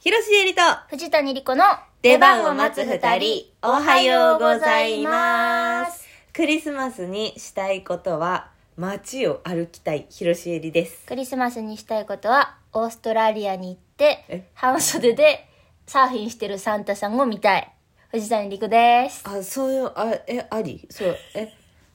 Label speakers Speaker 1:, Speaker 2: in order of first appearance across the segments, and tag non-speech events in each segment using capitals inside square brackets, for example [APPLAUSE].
Speaker 1: 広瀬えりと、
Speaker 2: 藤谷莉子の
Speaker 1: 出番を待つ二人、おはようございます。。クリスマスにしたいことは、街を歩きたい、広瀬えりです。
Speaker 2: クリスマスにしたいことは、オーストラリアに行って
Speaker 1: え、
Speaker 2: 半袖でサーフィンしてるサンタさんを見たい。藤谷莉子です。
Speaker 1: あ、そういう、あ、え、ありそう、え、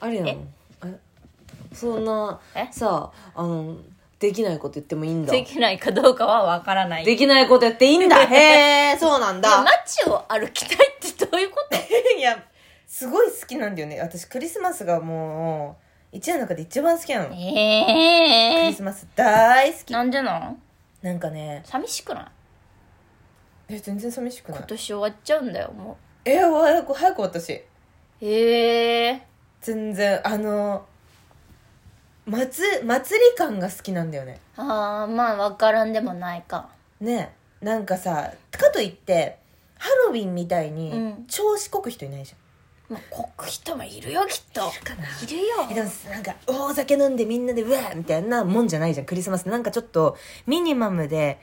Speaker 1: ありなのえそんな
Speaker 2: え、
Speaker 1: さあ、あの、できないこと言ってもいいんだ。
Speaker 2: できないかどうかはわからない。
Speaker 1: できないことやっていいん [LAUGHS] だへえ、そうなん
Speaker 2: いや
Speaker 1: [LAUGHS] だ。
Speaker 2: 街を歩きたいってどういうこと
Speaker 1: [LAUGHS]
Speaker 3: いやすごい好きなんだよね私クリスマスがもう一年の中で一番好きなの、ク
Speaker 2: え
Speaker 3: リスマス大好き
Speaker 2: なんでなん
Speaker 3: なんかね
Speaker 2: 寂しくない
Speaker 3: え全然寂しくない
Speaker 2: 今年終わっちゃうんだよ、も
Speaker 3: え早く早く私
Speaker 2: う。へえ。
Speaker 3: 全然あの祭祭り感が好きなんだよね
Speaker 2: あー、まあわからんでもないか。
Speaker 3: ねなんかさかといってハロウィンみたいに
Speaker 2: うん
Speaker 3: 調子こく人いないじ
Speaker 2: まあ、こく人もいるよ、きっと。
Speaker 3: ゃん、かない
Speaker 2: るよ。
Speaker 3: えでもなんか大酒飲んでみんなでうわーみたいなもんじゃないじゃんクリスマスなんかちょっとミニマムで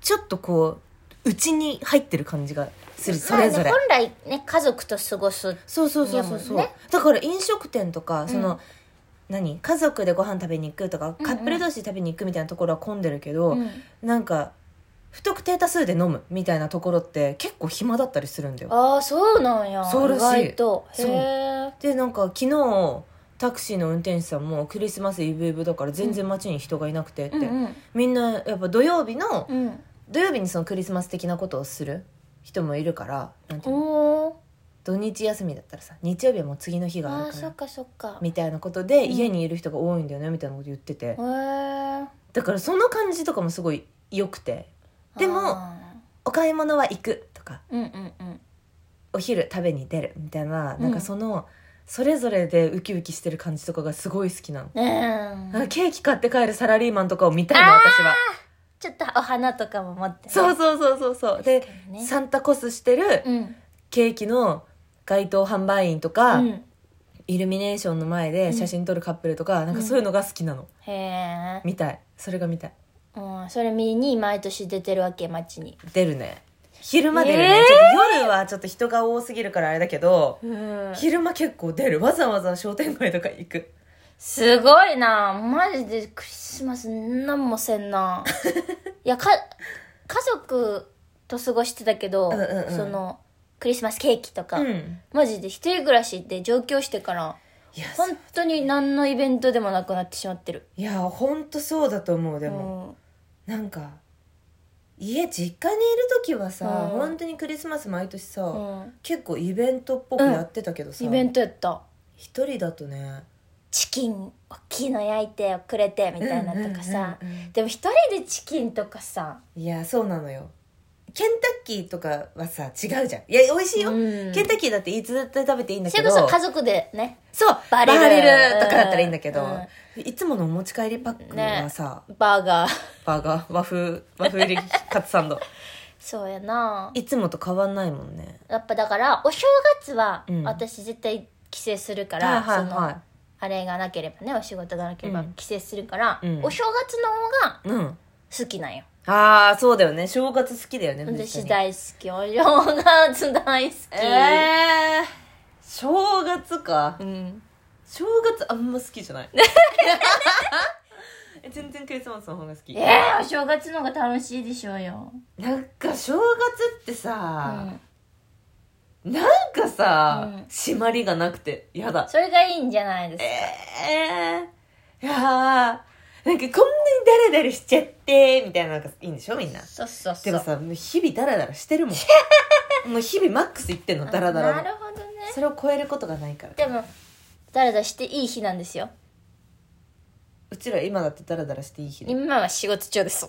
Speaker 3: ちょっとこううちに入ってる感じがするそれぞれ、
Speaker 2: まあね、本来ね家族と過ごす
Speaker 3: そうそうそうそうそう、
Speaker 2: いやもうね
Speaker 3: だから飲食店とかその、
Speaker 2: うん
Speaker 3: 何家族でご飯食べに行くとか
Speaker 2: うん
Speaker 3: カップル同士で食べに行くみたいなところは混んでるけど、
Speaker 2: うん
Speaker 3: なんか不特定多数で飲むみたいなところって結構暇だったりするんだよ
Speaker 2: ああそうなんや
Speaker 3: そうらしい
Speaker 2: 意外とへ
Speaker 3: そう
Speaker 2: え
Speaker 3: でなんか昨日タクシーの運転手さんもクリスマスイブイブだから全然街に人がいなくてって、
Speaker 2: うんうん
Speaker 3: みんなやっぱ土曜日の、
Speaker 2: うん
Speaker 3: 土曜日にそのクリスマス的なことをする人もいるからなんていうの
Speaker 2: おー
Speaker 3: 土日休みだったらさ日曜日はもう次の日があ
Speaker 2: あ
Speaker 3: るか
Speaker 2: ーそっ
Speaker 3: ら
Speaker 2: かそっかへ
Speaker 3: みたいなことで
Speaker 2: ん
Speaker 3: 家にいる人が多いんだよねみたいなこと言ってて、
Speaker 2: え
Speaker 3: だからその感じとかもすごい良くてでもお買い物は行くとか
Speaker 2: うんうんうん
Speaker 3: お昼食べに出るみたいな、
Speaker 2: うん
Speaker 3: なんかそのそれぞれでウキウキしてる感じとかがすごい好きなの、
Speaker 2: う
Speaker 3: なん
Speaker 2: ん
Speaker 3: かケーキ買って帰るサラリーマンとかを見たいの私は
Speaker 2: ちょっとお花とかも持ってね
Speaker 3: そうそうそうそうそうで、
Speaker 2: かにね
Speaker 3: サンタコスしてる、
Speaker 2: うん
Speaker 3: ケーキの街頭販売員とか、
Speaker 2: うん
Speaker 3: イルミネーションの前で写真撮るカップルとか、なんかそういうのが好きなの、
Speaker 2: へえ
Speaker 3: 見たいそれが見たい
Speaker 2: うんそれ見に毎年出てるわけ街に
Speaker 3: 出るね昼間出るね、
Speaker 2: えー
Speaker 3: ちょっと夜はちょっと人が多すぎるからあれだけど、
Speaker 2: うん
Speaker 3: 昼間結構出るわざわざ商店街とか行く
Speaker 2: すごいなマジでクリスマスなんもせんな
Speaker 3: [LAUGHS]
Speaker 2: いやか家族と過ごしてたけど、
Speaker 3: うんうんうん
Speaker 2: そのクリスマスケーキとか、
Speaker 3: うん
Speaker 2: マジで一人暮らしで上京してから
Speaker 3: いや
Speaker 2: 本当に何のイベントでもなくなってしまってる
Speaker 3: いやほんとそうだと思うでも、なんか家実家にいる時はさ、
Speaker 2: うん
Speaker 3: 本当にクリスマス毎年さ、
Speaker 2: うんうん
Speaker 3: 結構イベントっぽくやってたけどさ、
Speaker 2: イベントやった
Speaker 3: 一人だとね
Speaker 2: チキン大きいの焼いてくれてみたいなとかさ、
Speaker 3: うんうんうんうん
Speaker 2: でも一人でチキンとかさ
Speaker 3: いやそうなのよケンタッキーとかはさ違うじゃんいや美味しいよ、
Speaker 2: うん
Speaker 3: ケンタッキーだっていつだって食べていいんだ
Speaker 2: そ
Speaker 3: け
Speaker 2: れ
Speaker 3: ど
Speaker 2: こ
Speaker 3: そ
Speaker 2: そう家族でね
Speaker 3: バ
Speaker 2: バレ
Speaker 3: レ
Speaker 2: る
Speaker 3: ルとかだったらいいんだけど、いつものお持ち帰りパックはさ、
Speaker 2: バー [LAUGHS] ガー
Speaker 3: バーガー和風和風入りカツサンド
Speaker 2: そうやない
Speaker 3: つもと変わ [LAUGHS] んないもんね
Speaker 2: やっぱだからお正月は
Speaker 3: うん
Speaker 2: 私絶対帰省するか
Speaker 3: は
Speaker 2: ら、
Speaker 3: いはい
Speaker 2: その
Speaker 3: は
Speaker 2: あれがなければねお仕事がなければ
Speaker 3: うん
Speaker 2: 帰省するから、
Speaker 3: うん
Speaker 2: お正月の方が
Speaker 3: いうん
Speaker 2: 好きなんよ、
Speaker 3: ああそうだよね正月好きだよね
Speaker 2: 私
Speaker 3: に
Speaker 2: 大好きお正月大好き、
Speaker 3: えー、正月か
Speaker 2: うん、
Speaker 3: 正月あんま好きじ [LAUGHS] ゃないえ全然クリスマスの方が好き
Speaker 2: えー、お正月の方が楽しいでしょうよ、
Speaker 3: なんか正月って
Speaker 2: う
Speaker 3: さ、
Speaker 2: ん、
Speaker 3: なんかさ、
Speaker 2: うん
Speaker 3: 締まりがなくて嫌だ
Speaker 2: それがいいんじゃないですか、
Speaker 3: えー、いやーなんかこんなにダラダラしちゃってみたいなのがいいんでしょみんな
Speaker 2: そうそうそ
Speaker 3: で
Speaker 2: う
Speaker 3: もさもう日々ダラダラして
Speaker 2: [LAUGHS]
Speaker 3: るもんもう日々マックスいってんのダラダ
Speaker 2: な
Speaker 3: ラ
Speaker 2: る
Speaker 3: の
Speaker 2: ほどね
Speaker 3: それを超えることがないから
Speaker 2: でもだらだらしていい日なんですよ
Speaker 3: うちら今だってダラダラしていい日だ
Speaker 2: 今は仕事中です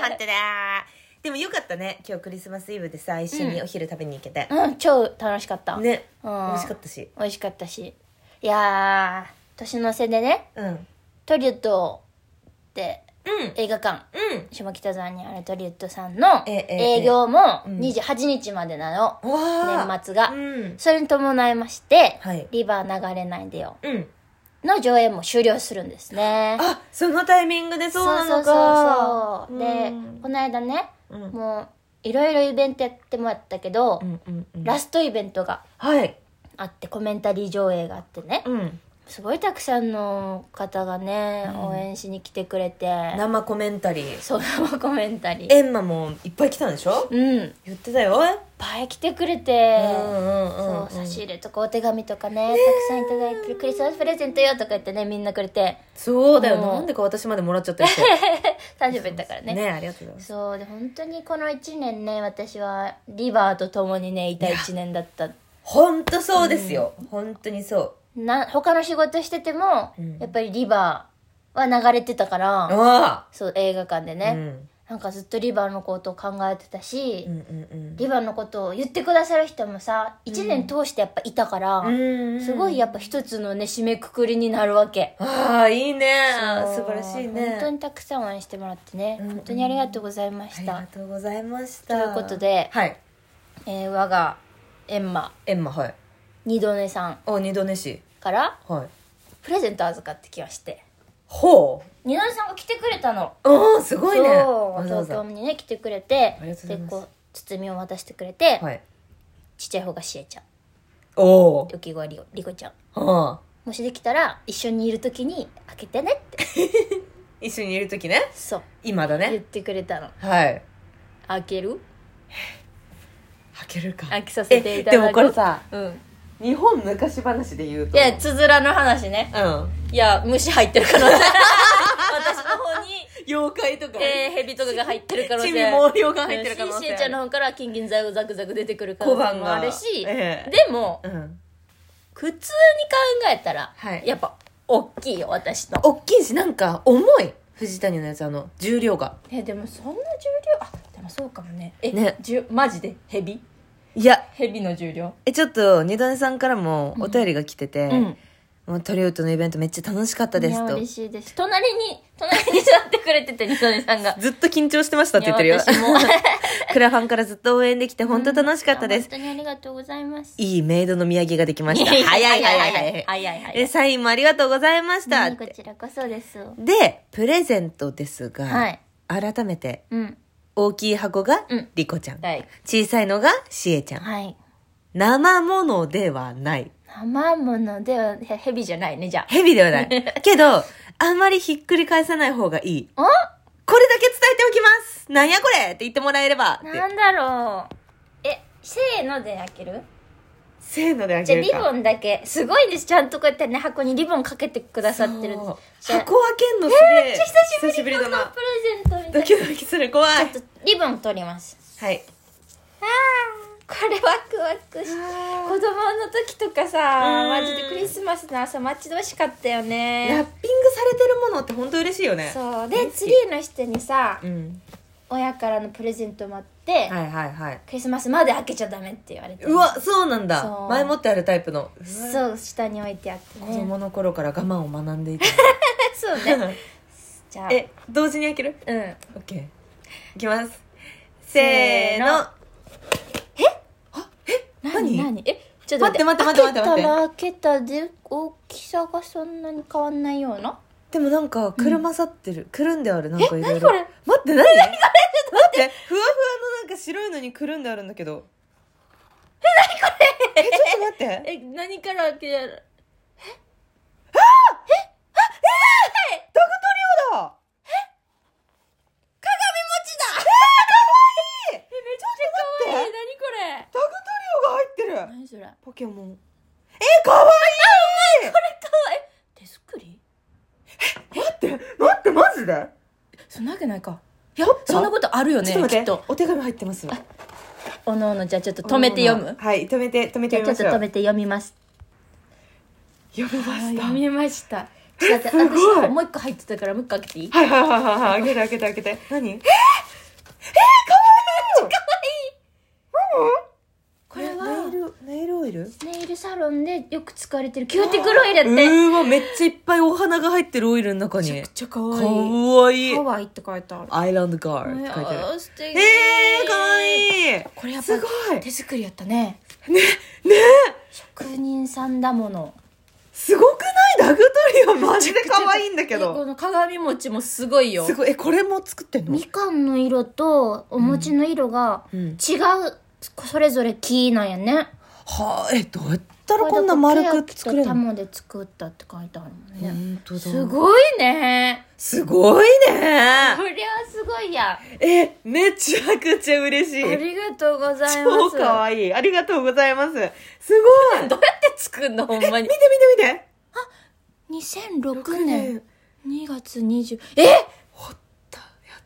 Speaker 3: 本当だ [LAUGHS] でもよかったね今日クリスマスイブでさ一緒にお昼食べに行けて、
Speaker 2: うん超楽しかった、
Speaker 3: ね
Speaker 2: う
Speaker 3: 美
Speaker 2: ん
Speaker 3: 味しかったし
Speaker 2: 美味しかったしいやー年の瀬でね
Speaker 3: うんうん
Speaker 2: トリュットって映画館
Speaker 3: うん
Speaker 2: 下北沢にあるトリュットさんの
Speaker 3: ええええ
Speaker 2: 営業も
Speaker 3: うん
Speaker 2: 28日までなの、
Speaker 3: わあ
Speaker 2: 年末が
Speaker 3: うん
Speaker 2: それに伴いまして、
Speaker 3: はい
Speaker 2: リバー流れないでよ
Speaker 3: うん
Speaker 2: の上映も終了するんですね
Speaker 3: あそのタイミングでそうなのか
Speaker 2: そうそうそうで、この間ね
Speaker 3: うんうん
Speaker 2: もういろいろイベントやってもらったけど、
Speaker 3: うんうん
Speaker 2: ラストイベントが
Speaker 3: はい
Speaker 2: あってコメンタリー上映があってね
Speaker 3: うん
Speaker 2: すごいたくさんの方がね、
Speaker 3: うん
Speaker 2: 応援しに来てくれて
Speaker 3: 生コメンタリー
Speaker 2: そう生コメンタリー
Speaker 3: エンマもいっぱい来たんでしょ
Speaker 2: うんいっ
Speaker 3: 言ってたよ
Speaker 2: ぱい来てくれて、
Speaker 3: そ
Speaker 2: そう差し入れとかお手紙とかね、たくさんいただいてるクリスマスプレゼントよとか言ってねみんなくれて
Speaker 3: そうだよ
Speaker 2: うん
Speaker 3: なんでか私までもらっちゃったりして
Speaker 2: 誕生日だ [LAUGHS] からね
Speaker 3: ねありがとうございます
Speaker 2: そうで本当にこの1年ね私はリバーと共にねいた1年だった
Speaker 3: 本当そうですよ本当にそう
Speaker 2: な他の仕事してても、
Speaker 3: うん
Speaker 2: やっぱりリバーは流れてたから、
Speaker 3: あ
Speaker 2: そう映画館で
Speaker 3: あう
Speaker 2: ね、
Speaker 3: ん
Speaker 2: なんかずっとリバーのことを考えてたし、
Speaker 3: うんうん
Speaker 2: リバーのことを言ってくださる人もさ1年通してやっぱいたから、
Speaker 3: うん
Speaker 2: すごいやっぱ一つのね締めくくりになるわけ
Speaker 3: ああいいね
Speaker 2: そう
Speaker 3: 素晴らしい
Speaker 2: 本当
Speaker 3: ね
Speaker 2: にたくさん応援してもらってね、
Speaker 3: うんうん
Speaker 2: 本当にありがとうございま
Speaker 3: あ
Speaker 2: し
Speaker 3: り
Speaker 2: た、
Speaker 3: がとうございまし
Speaker 2: と
Speaker 3: た
Speaker 2: いうことで、
Speaker 3: はい
Speaker 2: えー我がエンマ
Speaker 3: エンマはい
Speaker 2: 二度寝さん
Speaker 3: お二度寝し
Speaker 2: から
Speaker 3: はい
Speaker 2: プレゼント預かってきまして
Speaker 3: ほ
Speaker 2: 二度寝さんが来てくれたの
Speaker 3: ううんすごいね
Speaker 2: そう
Speaker 3: わざわ
Speaker 2: 東京
Speaker 3: ざ
Speaker 2: にね来てくれて
Speaker 3: ありがとうございます
Speaker 2: こう包みを渡してくれて、
Speaker 3: はい
Speaker 2: ちっちゃい方がしえちゃん
Speaker 3: おお
Speaker 2: 浮きりりこちゃん
Speaker 3: はあ
Speaker 2: もしできたら一緒にいる時に開けてねって
Speaker 3: 一緒にいる時ね
Speaker 2: そう
Speaker 3: 今だ
Speaker 2: 言っ
Speaker 3: ね
Speaker 2: てくれたの
Speaker 3: はい
Speaker 2: 開ける
Speaker 3: 履けるか
Speaker 2: 開けさせていただく
Speaker 3: えでもこれさ
Speaker 2: うん
Speaker 3: 日本昔話で言う
Speaker 2: い
Speaker 3: と
Speaker 2: やつづらの話ね
Speaker 3: うん
Speaker 2: いや虫入ってる可能
Speaker 3: [LAUGHS]
Speaker 2: 性私の方に、
Speaker 3: 妖怪とか
Speaker 2: えー、ヘビとかが入ってる [LAUGHS] 可能性
Speaker 3: チビ毛量が入ってる可能性あ
Speaker 2: うん
Speaker 3: る
Speaker 2: ししえちゃんの方から金銀財をザクザク出てくる可
Speaker 3: 小
Speaker 2: 能性
Speaker 3: 判
Speaker 2: も
Speaker 3: が
Speaker 2: あるし、
Speaker 3: ええ
Speaker 2: でも
Speaker 3: うん
Speaker 2: 普通に考えたら、
Speaker 3: はい
Speaker 2: やっぱ大きいよ私の
Speaker 3: おっきいしなんか重い藤谷のやつあの重量が
Speaker 2: えでもそんな重量あでもそうかもねえ
Speaker 3: ね
Speaker 2: じゅマジでヘビ
Speaker 3: いや
Speaker 2: ヘビの重量
Speaker 3: えちょっと二度寝さんからもお便りが来てて、
Speaker 2: うん
Speaker 3: もうトリウッドのイベントめっちゃ楽しかったで
Speaker 2: いや
Speaker 3: すと
Speaker 2: 嬉しいです隣に隣に座ってくれててニトネさんが
Speaker 3: ずっと緊張してましたって言ってるよ
Speaker 2: いや私
Speaker 3: [LAUGHS]
Speaker 2: も
Speaker 3: クラファンからずっと応援できて本当楽しかったです
Speaker 2: 本、当にありがとうございます
Speaker 3: いいメイドの土産ができま
Speaker 2: [LAUGHS]
Speaker 3: した早い早い早い
Speaker 2: 早い
Speaker 3: い
Speaker 2: 早い早
Speaker 3: え
Speaker 2: い
Speaker 3: サインもありがとうございましたっ
Speaker 2: こ
Speaker 3: て
Speaker 2: ちらこそです
Speaker 3: でプレゼントですが、
Speaker 2: はい
Speaker 3: 改めて
Speaker 2: うん
Speaker 3: 大きい箱が
Speaker 2: うん
Speaker 3: リコちゃん、
Speaker 2: はい
Speaker 3: 小さいのがシエちゃん
Speaker 2: はい
Speaker 3: 生ものではない
Speaker 2: 生ものではへヘビじゃないねじゃあ
Speaker 3: ヘビではない
Speaker 2: [LAUGHS]
Speaker 3: けどあんまりひっくり返さない方がいい
Speaker 2: お
Speaker 3: これだけ伝えておきますなんやこれって言ってもらえればって
Speaker 2: なんだろうえせーので開ける
Speaker 3: せーのであ
Speaker 2: じ
Speaker 3: げ
Speaker 2: ゃあ
Speaker 3: る
Speaker 2: リ
Speaker 3: か
Speaker 2: ボンだけすごいんですちゃんとこうやってね箱にリボンかけてくださってるんです
Speaker 3: そう
Speaker 2: じゃあ
Speaker 3: 箱開けんのすげえ、
Speaker 2: めっちゃ久しぶり
Speaker 3: 久しぶりだ
Speaker 2: の
Speaker 3: な
Speaker 2: プレゼントみたい
Speaker 3: ド
Speaker 2: な
Speaker 3: キドキする怖い
Speaker 2: ちょっとリボン取ります
Speaker 3: はい
Speaker 2: あーこれワクワクし子供の時とかさ
Speaker 3: うん
Speaker 2: マジでクリスマスの朝待ち遠しかったよ
Speaker 3: ラッピング
Speaker 2: ね
Speaker 3: されてるものって本当嬉しいよね
Speaker 2: そうでツリーの下にさ
Speaker 3: うん
Speaker 2: 親からのプレゼントもあって、
Speaker 3: はいはいはい
Speaker 2: クリスマスまで開けちゃダメって言われて
Speaker 3: うわそうなんだ
Speaker 2: そう
Speaker 3: 前もってあるタイプのう
Speaker 2: そう下に置いてあって
Speaker 3: 子
Speaker 2: ね
Speaker 3: 供の頃から我慢を学んでい [LAUGHS] た
Speaker 2: そう [LAUGHS] ねじゃあ
Speaker 3: え同時に開ける
Speaker 2: うん
Speaker 3: OK いきますせーの何
Speaker 2: 何何えちょっと
Speaker 3: 待って待って待って待って待って
Speaker 2: 開けたら開けたで大きさがそんなに変わんないような
Speaker 3: でもなんか車去ってる、くるんであるなんかいろいろ
Speaker 2: 何これ
Speaker 3: 待って何何これ待ってふわふわのなんか白いのにくるんであるんだけどえ何これえちょっと待って
Speaker 2: え何から開ける
Speaker 3: ダグトリオだ
Speaker 2: えめちゃくちゃ可愛い何こ
Speaker 3: ダグトリオが入っ
Speaker 2: れ
Speaker 3: てる
Speaker 2: 何それあ
Speaker 3: ポケモンえかわいい
Speaker 2: これ可愛い手作り
Speaker 3: 待って待ってマジで、
Speaker 2: そんなわけないか
Speaker 3: や
Speaker 2: そんなことあるよね
Speaker 3: ちょっと待って
Speaker 2: きっと
Speaker 3: お手紙入ってます
Speaker 2: おのおのじゃあちょっと止めて読む
Speaker 3: はい止めて止め
Speaker 2: じ
Speaker 3: て
Speaker 2: ゃ
Speaker 3: み
Speaker 2: あちょ
Speaker 3: ま
Speaker 2: っと
Speaker 3: しょう
Speaker 2: 止めて読みます
Speaker 3: 読みまし
Speaker 2: 読
Speaker 3: た
Speaker 2: みましただって私
Speaker 3: すごい
Speaker 2: もう一個入ってたからもう一個開けていい
Speaker 3: はいはいはいはいはい開けて開けて開けて何えー、えー、かわいいか
Speaker 2: これ
Speaker 3: ネイ
Speaker 2: は
Speaker 3: ルネイルオイル
Speaker 2: ネイルサロンでよく使われてるキューティクルオイルってめ
Speaker 3: うーわめっちゃいっぱいお花が入ってるオイルの中
Speaker 2: ち
Speaker 3: に
Speaker 2: ゃ
Speaker 3: か
Speaker 2: くちゃ可愛い
Speaker 3: わいい
Speaker 2: ハワイって書いてある
Speaker 3: アイランドガールって書いてある
Speaker 2: あ素敵
Speaker 3: えー、かわいい
Speaker 2: これやっぱ
Speaker 3: すごい
Speaker 2: 手作りやったね
Speaker 3: ねね
Speaker 2: 職人さんだもの
Speaker 3: すごくないダグトリオマジで可愛いんだけ
Speaker 4: えこ
Speaker 3: ど。
Speaker 4: の鏡餅もすごいよ
Speaker 3: すごい。え、これも作ってんの
Speaker 2: みかんの色とお餅の色が
Speaker 3: うんうん
Speaker 2: 違う、それぞれ木なんやね
Speaker 3: はあ、え、どうやったらこんな丸く作れる
Speaker 2: ケヤキと
Speaker 3: の
Speaker 2: 玉で作ったって書いてあるもんね、
Speaker 3: 本当だ。
Speaker 2: すごいね
Speaker 3: すごいね
Speaker 2: これはすごいや
Speaker 3: え、めちゃくちゃ嬉し
Speaker 2: あ
Speaker 3: い。
Speaker 2: りがとうございま
Speaker 3: 超
Speaker 2: す
Speaker 3: 可愛い。ありがとうございます。すごい。
Speaker 4: どうやって作んのほんまに
Speaker 3: 見て見て見て。
Speaker 2: 2006年2月20え
Speaker 3: や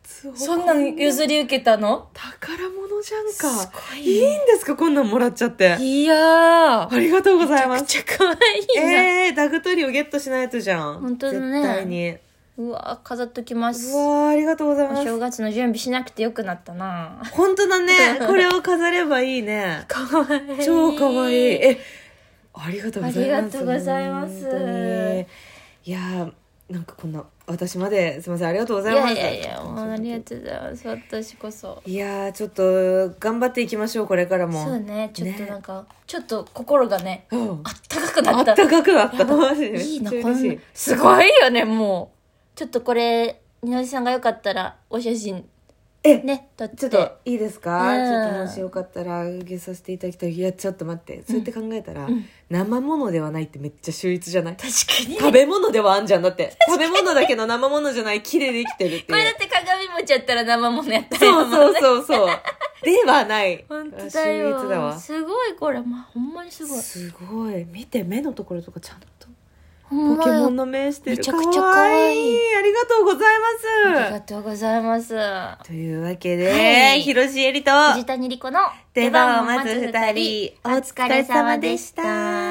Speaker 3: つを
Speaker 4: そんなん譲り受けたの
Speaker 3: 宝物じゃんか。
Speaker 4: すごい
Speaker 3: いいんですかこんなんもらっちゃって。
Speaker 4: いやー
Speaker 3: ありがとうございま
Speaker 4: めっ
Speaker 3: す。
Speaker 2: [LAUGHS]
Speaker 4: ちゃ可愛いな、
Speaker 3: えー、ダグトリをゲットしないとじゃん。
Speaker 2: 本当だね
Speaker 3: 絶対に。
Speaker 2: うわ飾っときます
Speaker 3: うわあ、ありがとうござい
Speaker 2: お
Speaker 3: ます。
Speaker 2: 正月の準備しなくてよくなったな
Speaker 3: 本当だ
Speaker 2: [LAUGHS]
Speaker 3: ね。これを飾ればいいね。
Speaker 4: かわいい
Speaker 3: 超かわいい。え、ありがとうございます。
Speaker 2: ありがとうございます
Speaker 3: 本当にいやーなんかこんな、私まですみません、ありがとうござ
Speaker 2: い
Speaker 3: います。
Speaker 2: やいやいやもうありがとうございます私こそ
Speaker 3: いやーちょっと、頑張っていきましょう、これからも。
Speaker 2: そうねちょっとなんか、ちょっと心がね
Speaker 3: うん
Speaker 2: あったかく
Speaker 3: あ
Speaker 2: なっ
Speaker 3: った
Speaker 2: た
Speaker 3: かくなった。マジで。
Speaker 2: いい
Speaker 3: [LAUGHS]
Speaker 2: な
Speaker 3: めっち
Speaker 2: こ
Speaker 3: ゃ
Speaker 2: ん
Speaker 3: 嬉し
Speaker 2: なすごいよねもうちょっとこれみのりさんがよかったらお写真
Speaker 3: え
Speaker 2: ね撮って
Speaker 3: ちょっといいですか、
Speaker 2: うん
Speaker 3: ちょっともしよかったら上げさせていただきたいいやちょっと待ってそうやって考えたら、生物ではないってめっちゃ秀逸じゃない
Speaker 2: 確かに
Speaker 3: 食べ物ではあんじゃんだって食べ物だけど生物じゃない木でできてるって
Speaker 2: [LAUGHS] これ
Speaker 3: い
Speaker 2: だ
Speaker 3: う
Speaker 2: って鏡持ちやったら生ものやった
Speaker 3: そう
Speaker 2: う
Speaker 3: そうそう
Speaker 2: [LAUGHS]
Speaker 3: そうではない
Speaker 2: 本当だ
Speaker 3: 秀
Speaker 2: よ
Speaker 3: 逸だわ
Speaker 2: すごいこれ、まあ、ほんまにすごい
Speaker 3: すごい見て目のところとかちゃんと
Speaker 2: ほん
Speaker 3: ポ
Speaker 2: ま
Speaker 3: ケモ
Speaker 2: よ
Speaker 3: ンの名してる
Speaker 2: めちゃくちゃ
Speaker 3: かわ
Speaker 2: かわいい
Speaker 3: ありがとうござい
Speaker 2: あり
Speaker 3: ま
Speaker 2: がとうございます
Speaker 3: すというわけで、
Speaker 2: はい
Speaker 3: 広重絵里と
Speaker 2: 藤谷莉子の
Speaker 3: 出番を待つ二人、お疲れ様でした。